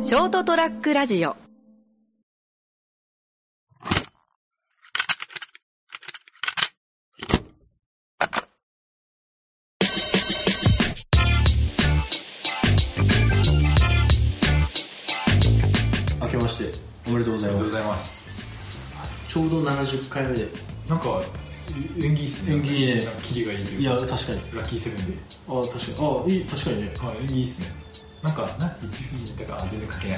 ショートトラックラジオ明けましておめでとうございありますがとうございます。ちょうど70回目でなんか、縁起いいっすね。縁起いいねなんかキリがいいといういか。や確かにラッキーセブンで。ああ確かにああいい確かにねはい、縁起いいっすね。なんか、な、一フィーだから、あ全然書けない。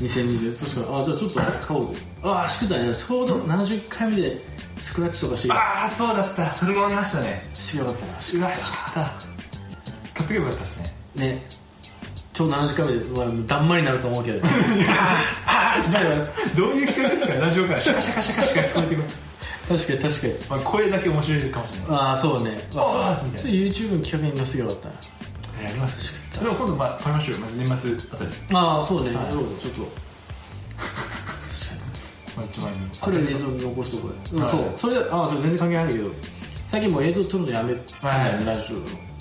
2020確かにああじゃあちょっと買おうぜああしくたねちょうど70回目でスクラッチとかしてああ、そうだった。それもありましたね。してよかったなしうわ、しかった。買っとけばよかったっすね。ねちょうど70回目で、まあ、だんまりになると思う けどああ、どういう企画ですかラジオからシャカシャカシャカシャカ聞こえてくる。確かに確かにまあ、声だけ面白いかもしれないでああそうねああそうみたいなちょっと YouTube の企画に載せてよかったなす。はいやりますしかったでも今度、まあ、買いましょうよ。まず年末あたり。ああそうね、はいそうちょっと まあ、一枚に。それで映像残しとこうよ、うんはいそうそれであちょっと全然関係ないんだけど最近もう映像撮るのやめたんだよね、ラジオ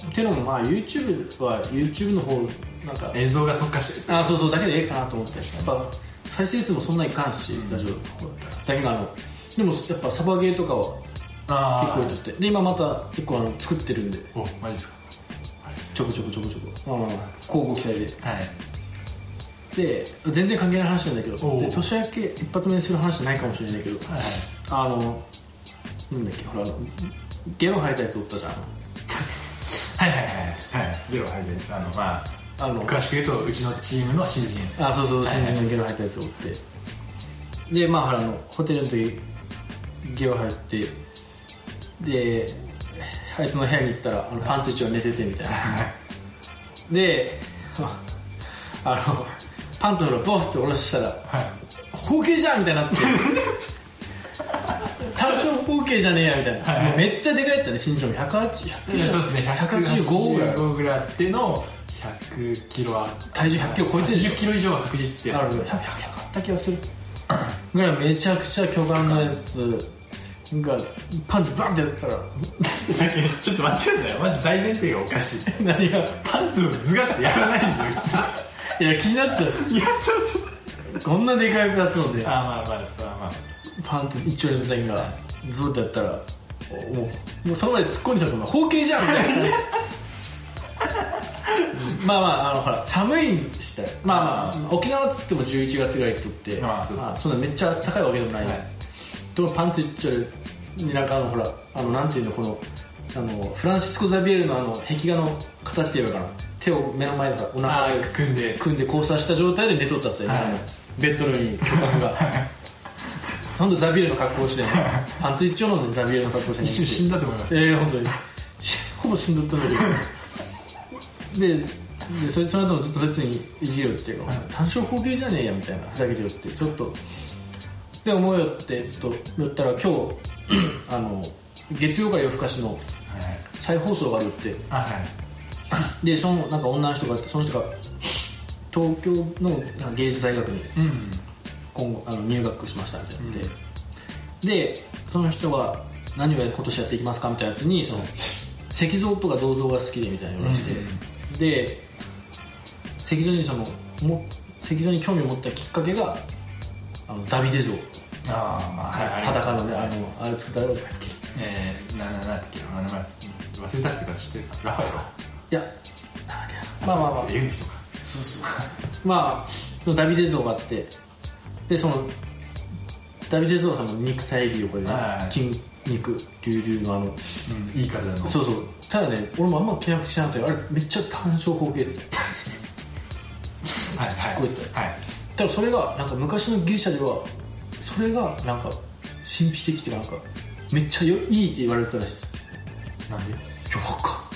のてのもまあ YouTube は YouTube の方なんか映像が特化してる。あそうそうだけでええかなと思ってやっぱ再生数もそんなにいかんし、ラジオの方だったらだけどあのでもやっぱサバゲーとかはあ結構やっとってで今また結構あの作ってるんで構。お、マジですか。あれですちょこちょこちょこちょこ、うん、交互期待ではい。で全然関係ない話なんだけおどうで年明け一発目にする話じゃないかもしれないけど、はい。あのなんだっけほらあのゲロ吐いたやつおったじゃんはいはいはいはい。では、はいで、あの、まあ、あの詳しく言うと、うちのチームの新人。あそうそう新人のゲロ吐いたやつおって、でまあほらあのホテルの時ゲロ吐いてであいつの部屋に行ったらあのパンツ一応寝ててみたいなであのパンツほらボフって下ろしたらは包茎じゃんみたいにな って多少包茎じゃねえやみたいな、はいはいもうめっちゃでかいやつだね身長も180い。いやそうですね、 185ぐらい185ぐらいあっての、100キロは、体重100キロ超えてるでしょ80キロ以上は確実ってあやるつ100ですね。 100あった気がするぐらいめちゃくちゃ巨漢のやつがパンチバンってやったらだけどちょっと待ってください。まず大前提がおかしい。何がパンツをズガってやらないんですよ、いや気になっ普通。いや、ちょっとこんなでかいクラスのでと。あ、まあまあ、まあまあ。パンツ一丁入れた時がズボッてやったらおもうもうその前で突っ込んで たから包茎じゃんみたいなまあまああのほら寒いんしたよまあまあ沖縄っつっても11月ぐらいとってまあそうそうそんなめっちゃ高いわけでもない、はいとパンツ一丁になんかあのほらあのなんていうのこのあのフランシスコ・ザビエルのあの壁画の形で言えばいいかな手を目の前だからお腹あ組んで組んで交差した状態で寝とったっすよ、はいあのベッドの上に巨漢 がほんとザビエルの格好してねパンツ一丁のザビエルの格好してね一瞬死んだと思います。ええ本当にほぼ死んどったんだけどででそれその後もずっと別にいじるっていうか単勝包茎じゃねえやみたいなふざけてよってちょっとで思うよってちょっと言ったら今日 あの月曜から夜更かしのはい。再放送があるよってあ、はい。でそのなんか女の人があってその人が東京のなんか芸術大学にうん。今後あの入学しましたみたいなので、でその人が何をやる今年やっていきますかみたいなやつにその石像とか銅像が好きでみたいな言われて、うんうんで石像にそのも石像に興味を持ったきっかけがあのダビデ像ああ、まあ、はい、あります裸のねあのあれ作ったらいえー、な、な、なんだっけ、名前忘れたっつうか知ってるラファエロ。やなんだっけなまあまあまあ言うの人か。まあそのダビデ像があってでそのダビデ像さんの肉体美をこれね、はい筋肉隆々のあのうん、いい体の。そうそうただね俺もあんま契約してなくてあれめっちゃ単勝包茎ってたはいこいつはいはいただそれがなんか昔のギリシャではそれがなんか神秘的っていうかなんかめっちゃよいいって言われてたらしいですなんでいやわか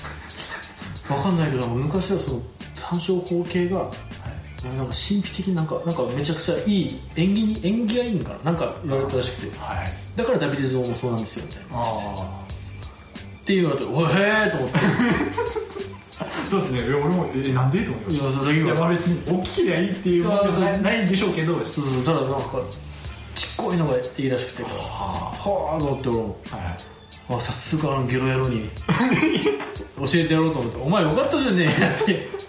ん わかんないけどなんか昔はその単勝包茎がなんか神秘的になんかなんかめちゃくちゃいい縁起に縁起がいいんかななんか言われたらしくてはいだからダビデ像もそうなんですよみたいなあっていうのとおいへえと思ってあそうですねえ俺もえなんでと思いまいしやそれだたけいやまがあ別に大きけりゃいいっていうもんではないないんでしょうけどはいそうそうただなんかちっこいのがいいらしくてはあと思って俺もあ早速あのゲロ野郎に教えてやろうと思ってお前よかったじゃねえやって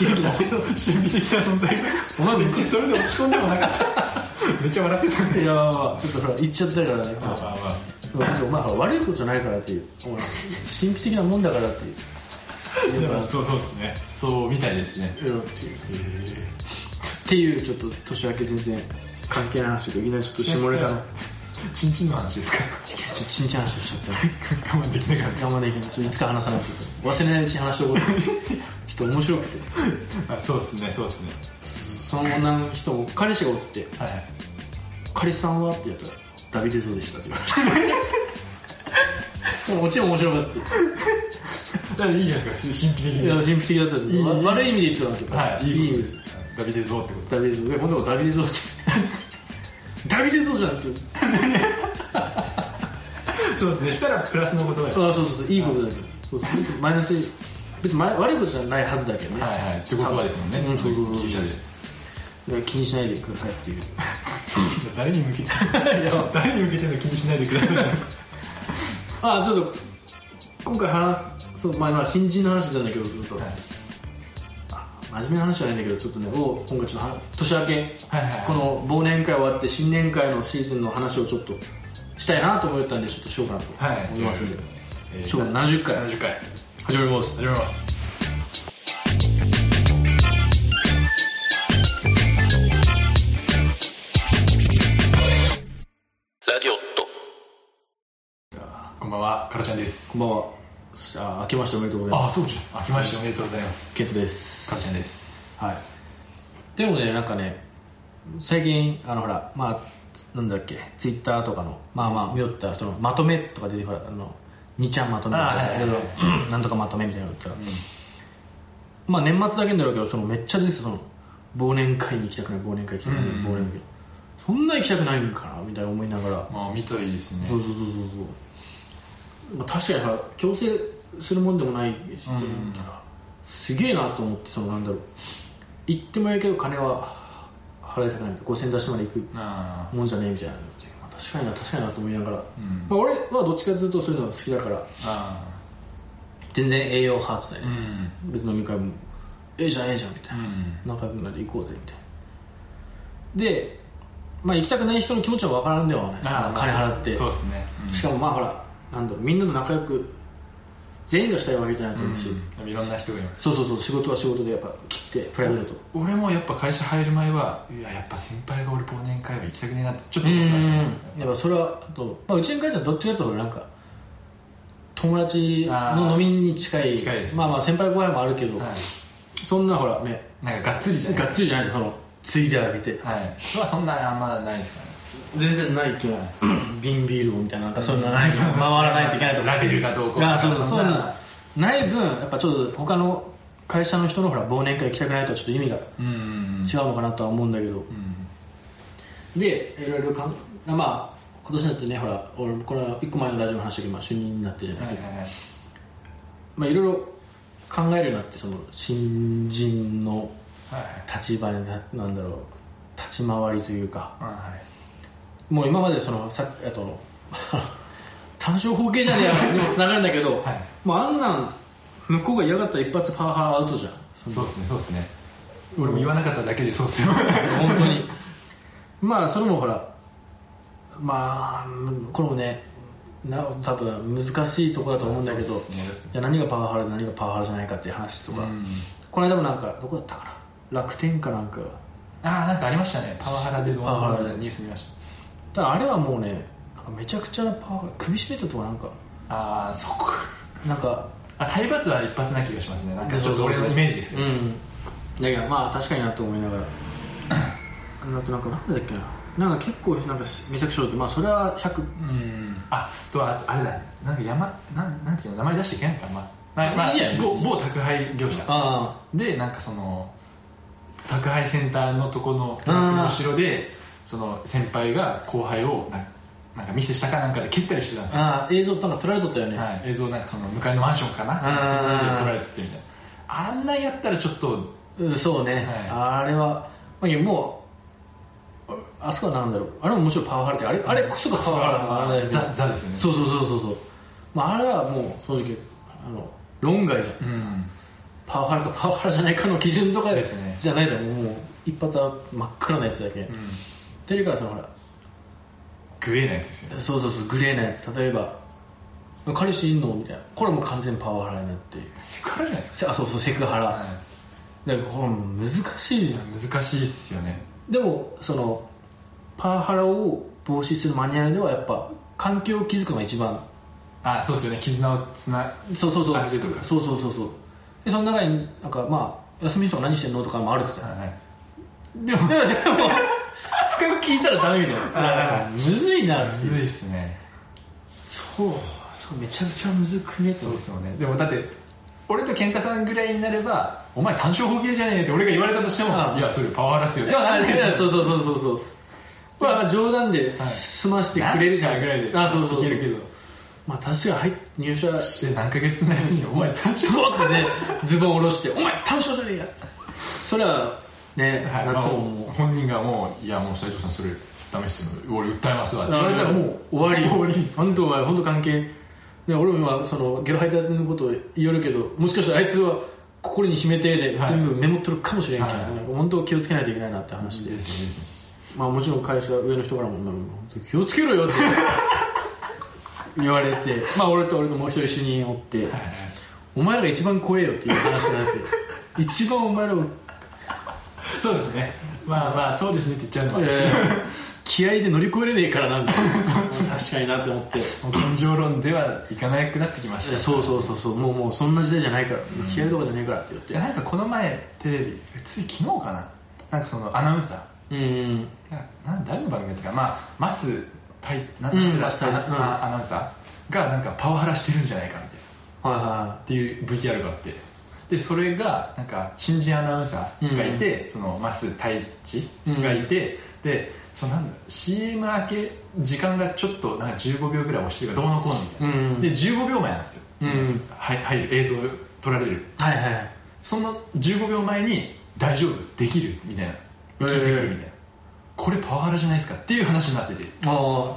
元気出す俺の神秘的な存 在お前別別にそれで落ち込んでもなかった めっちゃ笑ってたんいでやまあまあちょっとほら言っちゃったからねまあまあまあうん別にお前ほら悪いことじゃないからっていうほら神秘的なもんだからっていうでもそうそうですねそうみたいですねうんっていうっていうちょっと年明け全然関係ない話だけどいきなりちょっと下ネタのいやチンチンの話ですかちょっとちんちゃん話をしちゃっ 我慢できなかった我慢できないちょっといつか話さないと忘れないうちに話しておこうと思ってちょっと面白くてたあそうですねそうですねその女の人も彼氏がおってはい「彼氏さんは?」ってやったら「ダビデ像でした」って言われましたそうオチも面白かっただからいいじゃないですか神秘的いやに神秘的だったんでいいわ悪い意味で言ってたんだけど、はいいいい意味でですすダビデ像ってことダビデ像でほんでもダビデ像ってダビデ像じゃんって言う そうですねしたらプラスの言葉ですあそうそうそういいことだけど、そうそうマイナス別にマイ悪いことじゃないはずだけどね、はいはいって言葉ですもんねうんそうそうそうギリシャでだから気にしないでくださいっていう 誰に向けて誰に向けての気にしないでくださいあちょっと今回話すそう、まあ、まあ新人の話なんだけどちょっと、はい真面目な話じゃないんだけどちょっとねを今回ちょっとは年明け、はいはいはいこの忘年会終わって新年会のシーズンの話をちょっとしたいなと思ったんでちょっとしようかなとはい思いますんで、えーちょうど70回70回始まります始めますラディオットこんばんはカラちゃんですこんばんはそしてあ明けましておめでとうございますあそうじゃん明けましておめでとうございますケントですカラちゃんですはい、でもねなんかね最近あのほらまあつなんだっけツイッターとかのまあまあ見よった人のまとめとか出てほらあの2ちゃんまとめとあかはいはいはいいろいろ なんとかまとめみたいなのだったら、まあ年末だけになるけどそのめっちゃ出てたその忘年会に行きたくない忘年会行きたくない、忘年会そんな行きたくないんかなみたいな思いながらまあ見たいですねそうそうそうそうそう、まあ、確かにさ強制するもんでもないし、すげえなと思ってそのなんだろう行ってもいいけど金は払いたくない5000円出してまで行くあもんじゃねえみたいな、まあ確かにな確かになと思いながら、まあ、俺はどっちかずっとそういうのが好きだからああ全然栄養派っつってあうね、ん別の飲み会もええじゃんええじゃんみたいな、うん仲良くなって行こうぜみたいなで、まあ、行きたくない人の気持ちは分からんではないああ金払ってそうですねうんしかもまあほらなんだろうみんなと仲良く全員がしたいわけじゃないと思うし、うんいろんな人がいますそうそうそう仕事は仕事でやっぱ切ってプライベートと俺もやっぱ会社入る前はいややっぱ先輩が俺忘年会は行きたくねえなってちょっとう思ってましたねやっぱそれはあと、まあ、うちの会社はどっちかっていうとなんか友達の飲みに近いー近いですねまあまあ先輩後輩もあるけど、はそんなほらねいなんかがっつりじゃないがっつりじゃないじゃんそのついであげてとかはいまあそんなあんまないですからね全然ないけど瓶ビールをみたいななんかそういうのはないうん回らないといけないとかラベルがどうこうあそうそうそそうんないうのない分やっぱちょっと他の会社の人のほら忘年会行きたくないとはちょっと意味がうんうん違うのかなとは思うんだけど、でいろいろかんあまあ今年になってねほら俺もこの一個前のラジオの話だけど、まあ、主任になってるじゃなはいいはけいど、はいまあいろいろ考えるようになってその新人のはい立場にななんだろう立ち回りというかはいはいもう今までそのさあと 単勝法系じゃねえやにもつながるんだけど、はいもうあんなん向こうが嫌がったら一発パワハラアウトじゃんそうですねそうですね俺も言わなかっただけでそうっすよ本当にまあそれもほらまあこれもねな多分難しいところだと思うんだけど、 そうっすねいや何がパワハラで何がパワハラじゃないかっていう話とか、うんこの間もなんかどこだったかな楽天かなんかがああなんかありましたねパワハラでどうパワハのラでニュース見ましたただあれはもうねなんかめちゃくちゃなパワハラ首絞めたとかなんかああそこなんかあ体罰は一発な気がしますねなんかちそょうっそとうそう俺のイメージですけど、うんだけどまあ確かになと思いながら あとなんかなんだっけななんか結構なんかめちゃくちゃ多いまあそれは100うんあとはあれだなんか山なんなんていうの名前出していけないのかまあなまあいいや某別に某宅配業者ああでなんかその宅配センターのとこのトラックの後ろでその先輩が後輩をなんかなんかミスしたかなんかで蹴ったりしてたんですよ、ああ映像なんか撮られとったよね、はい、映像なんかその向かいのマンションかなあーそんなんで撮られててみたいなあんなんやったらちょっとうんそうね、はあれは、まあ、いやもうああそこはなんだろうあれももちろんパワハラってあれあれこそがパワハラのあれだよねザザですよねそうそうそうそうそう、まあ、あれはもう正直あの論外じゃん、うんパワハラかパワハラじゃないかの基準とかですねじゃないじゃんもう一発は真っ暗なやつだけ、うん、テレカさんほらグレーなやつですよねそうそうそうグレーなやつ例えば「彼氏いんの?」みたいなこれもう完全にパワハラになってるセクハラじゃないですせあそうそうセクハか、ラはだからこれもう難しいじゃんい、難しいっすよねでもそのパワハラを防止するマニュアルではやっぱ環境を築くのが一番あそうですよね絆をつなそうそうそうあそうそうかそうそうそうでその中になんかまあ休みの日とか何してんのとかもあるっつってはいはいでもでも深く聞いたらダメみたいななんかむずいなむずいっすねそうそうめちゃくちゃむずくねってそうっすよねでもだって俺と健太さんぐらいになれば「お前単勝法系じゃねえ」って俺が言われたとしてあも「いやそれパワハラっすよ」ではなんでそうそうそうそうそうまあ冗談で済ませてくれるじゃんぐらいであそうそうそういけるけどまあ確かに入入社して何ヶ月のやつに「お前単勝ズボってね、ズボン下ろして、お前、単勝じゃねえや。それは、ね、はいなまっあとももう本人がもう「いやもう斉藤さんそれダメっすよ俺訴えますわ」って言わあれれただらからももうう終わり。終わりです本当終わり、本当関係。ね、俺も今、その、ゲロ吐いたやつのことを言えるけど、もしかしたらあいつは、心に秘めてで、はい全部メモっとるかもしれんけど、はいはいなんか本当気をつけないといけないなって話で。ですよねですよねまあもちろん会社上の人からも、まあ本当に気をつけろよっ て。言われて、まあ俺と俺ともう一人主任おって、はいはいお前らが一番怖えよっていう話になって、一番お前らをそうですねまあまあそうですねって言っちゃうのはえー気合で乗り越えれねえからなんだ確かになと思ってもう根性論ではいかなくなってきましたそうそうそうそうもうもうそんな時代じゃないから、気合とかじゃねえからってい言やっなんかこの前テレビつい昨日かななんかそのアナウンサてうんーがなん誰の番組だったかまあマスタイなんうんなんマスタイアナうんアアナウンサーがなんかパワハラしてるんじゃないかみたいなはいはっていう VTR があってでそれがなんか新人アナウンサーがいて、そのマス太一がいて、でそのなんだ CM 明け時間がちょっとなんか15秒ぐらい押してるからどうのこうのみたいな、うんで15秒前なんですよ、そのうんはい入る映像撮られるいはいはいはいその15秒前に「大丈夫できる?」みたいな聞いてくるみたいな、これパワハラじゃないですかっていう話になっててああ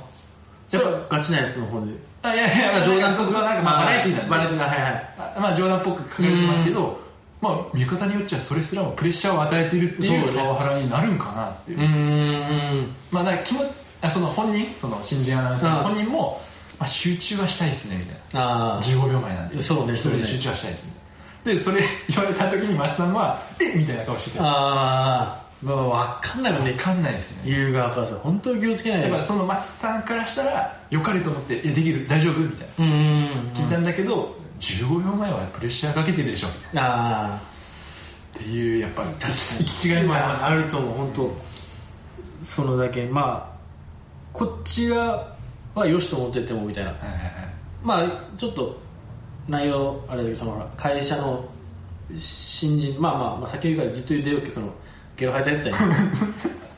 やっぱガチなやつの方であいやいや冗談そこはなんかまあバラエティーなんでバラエティーなはいはいあまあ冗談っぽく書かれてますけど、まあ見方によっちゃそれすらもプレッシャーを与えてるっていそううねパワハラになるんかなっていう、うーんまあだから気持ちあその本人その新人アナウンサーのう本人も、まあ、集中はしたいですねみたいなああ15秒前なんでそうね一人そうでね集中はしたいですねでそれ言われた時に増田さんは「えみたいな顔しててああまあ分かんないもん分ねかんないですね言う側からさ本当に気をつけないやっよぱその増田さんからしたら良かれと思って「いやできる大丈夫?」みたいなうんうんうん聞いたんだけど、15秒前はプレッシャーかけてるでしょみたいなああっていうやっぱり確行き違いもありますあると思う本当そのだけまあこっち側はよしと思っててもみたいなはいはいはいまあちょっと内容あれだけどそのほら会社の新人まあまあ、まあ、先ほどからずっと言うてるけどそのゲロ吐いたやつだよ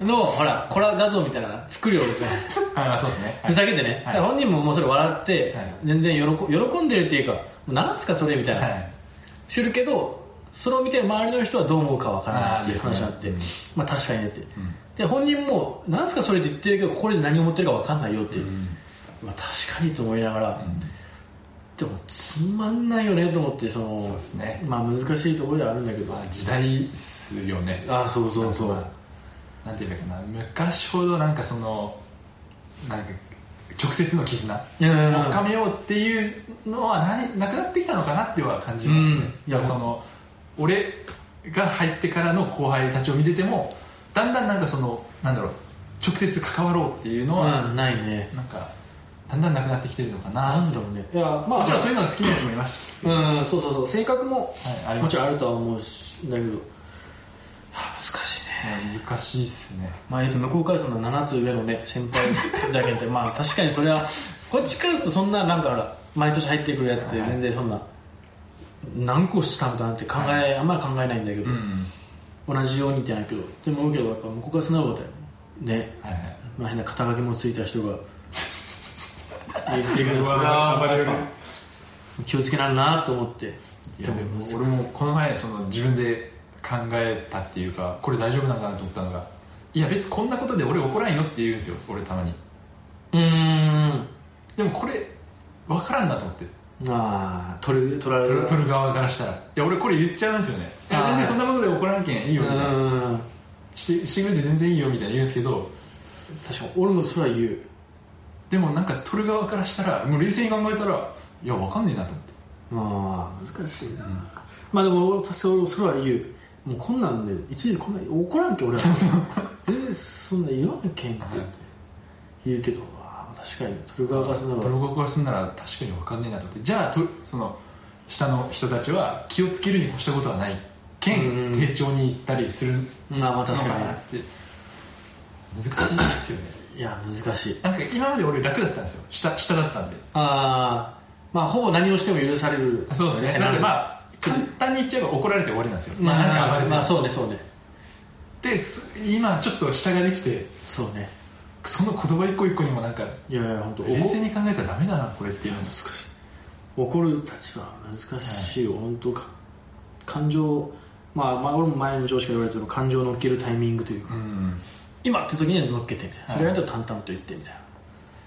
のほらコラ画像みたいなの作るよ別にはい、まあそうですね。はふいざけてね、はいだから本人ももうそれ笑って、はい全然喜喜んでるっていうかもうなんすかそれみたいな、はい。知るけどそれを見てる周りの人はどう思うかわからないっていう話になって、あーでまあ確かにねって、で本人も「何すかそれ」って言ってるけど心で何を思ってるかわかんないよっていう、まあ確かにと思いながら、でもつまんないよねと思ってそのそうですねまあ難しいところではあるんだけど、まあ時代っすよね。ああそうそうそう、まあなんていうかな、昔ほどなんかその、なんか、直接の絆をうん深めようっていうのはないなくなってきたのかなっては感じますね。うんいや、その、俺が入ってからの後輩たちを見てても、だんだんなんかその、なんだろう、直接関わろうっていうのは、うんないねなんか、だんだんなくなってきてるのかなな。んだろうねいやまあもちろんそういうのが好きなやつもいますし。うんそうそうそう性格も、はい、ありもましちたろんあるとは思うしだけど、はあ、難しいね難しいっすねまあ言うと向こうからその7つ上のね先輩だけでまあ確かにそれはこっちからするとそんななんかほら毎年入ってくるやつってはい全然そんな何個したんだなんて考え、はあんまり考えないんだけど、ん同じようにってないけどでも思うけどやっぱ向こうから素直だよね、はいはいまあ、変な肩書きもついた人 が言ってくるうそわれはバレる気をつけなるなと思っていやでも俺もこの前その自分で考えたっていうかこれ大丈夫なんかなと思ったのがいや別にこんなことで俺怒らんよって言うんですよ俺たまにうーんでもこれ分からんなと思ってああ取る取られ取るる取る側からしたらいや俺これ言っちゃうんですよねいやあー全然そんなことで怒らんけんいいようみたいなんしてしてくれて全然いいよみたいな言うんですけど確かに俺もそれは言うでもなんか取る側からしたらもう冷静に考えたらいやわかんねえなと思ってああ難しいな、まあでも俺そそれは言うもうこんなんで一時こんな怒らんけ 俺は全然そんな言わんけんって言って、はい言うけどああ確かに取る側がすなら取る側からすんなら確かにわかんねえなと思ってじゃあとその下の人たちは気をつけるに越したことはないけうんん丁重に行ったりするまあまあの確かなって難しいですよねにいや難しいなんか今まで俺楽だったんですよ下下だったんでああまあほぼ何をしても許されるそうですね。なんでまあ、簡単に言っちゃえば怒られて終わりなんですよ。まあ、なんか暴れてる、まあそうねそうねです今ちょっと下ができて、そうねその言葉一個一個にもなんか、いやいや本当冷静に考えたらダメだな、これっていうのも。怒る立場は難しいよ、本当か感情まあ、まあ、俺も前の上司から言われてる感情を乗っけるタイミングというか、うん。今って時には乗っけてみたいな、はいそれやったら淡々と言ってみたい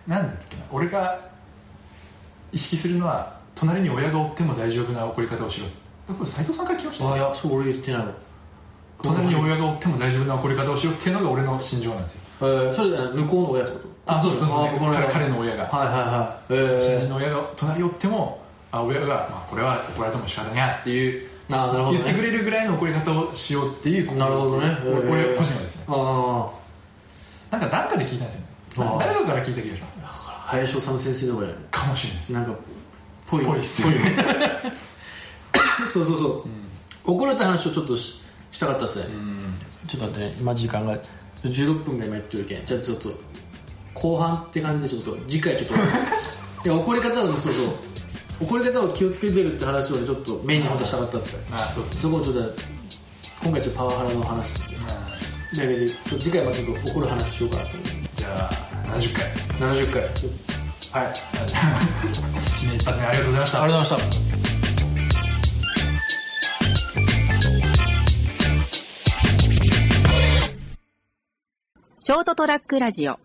ななんだっけな。俺が意識するのは、隣に親がおっても大丈夫な怒り方をしろ。これ斎藤さんから来ましたねあいやそう俺言ってないの隣に親がおっても大丈夫な怒り方をしろっていうのが俺の心情なんですよ。えー、それあ向こうの親ってことあ、そうそうそうあ向この親彼彼の親が。はいはいはい新人えの親が隣におっても、あ親が、まあ、これは怒られても仕方ないっていうー、あーなるほど、ね、言ってくれるぐらいの怒り方をしようっていうなるほどね俺えー俺個人はですねあなんか誰かで聞いたんですよあねー誰かから聞いた気がしますあ林修先生とかじゃないかもしれないですなんかぽいぽいっすよ ねそうそうそう、怒られた話をちょっとししたかったっすね、ちょっと待ってね今時間が16分ぐらい今言ってるけんじゃあちょっと後半って感じでちょっと次回ちょっ といや怒り方をそうそう怒り方を気をつけてるって話をねちょっとメインに本当したかったっすねあーそうですそこをちょっと今回ちょっとパワハラの話だけでちょっと次回またちょっと怒る話しようかなと思じゃあ70回う70回ちょっとはい一年一発目ありがとうございましたありがとうございましたショートトラックラジオ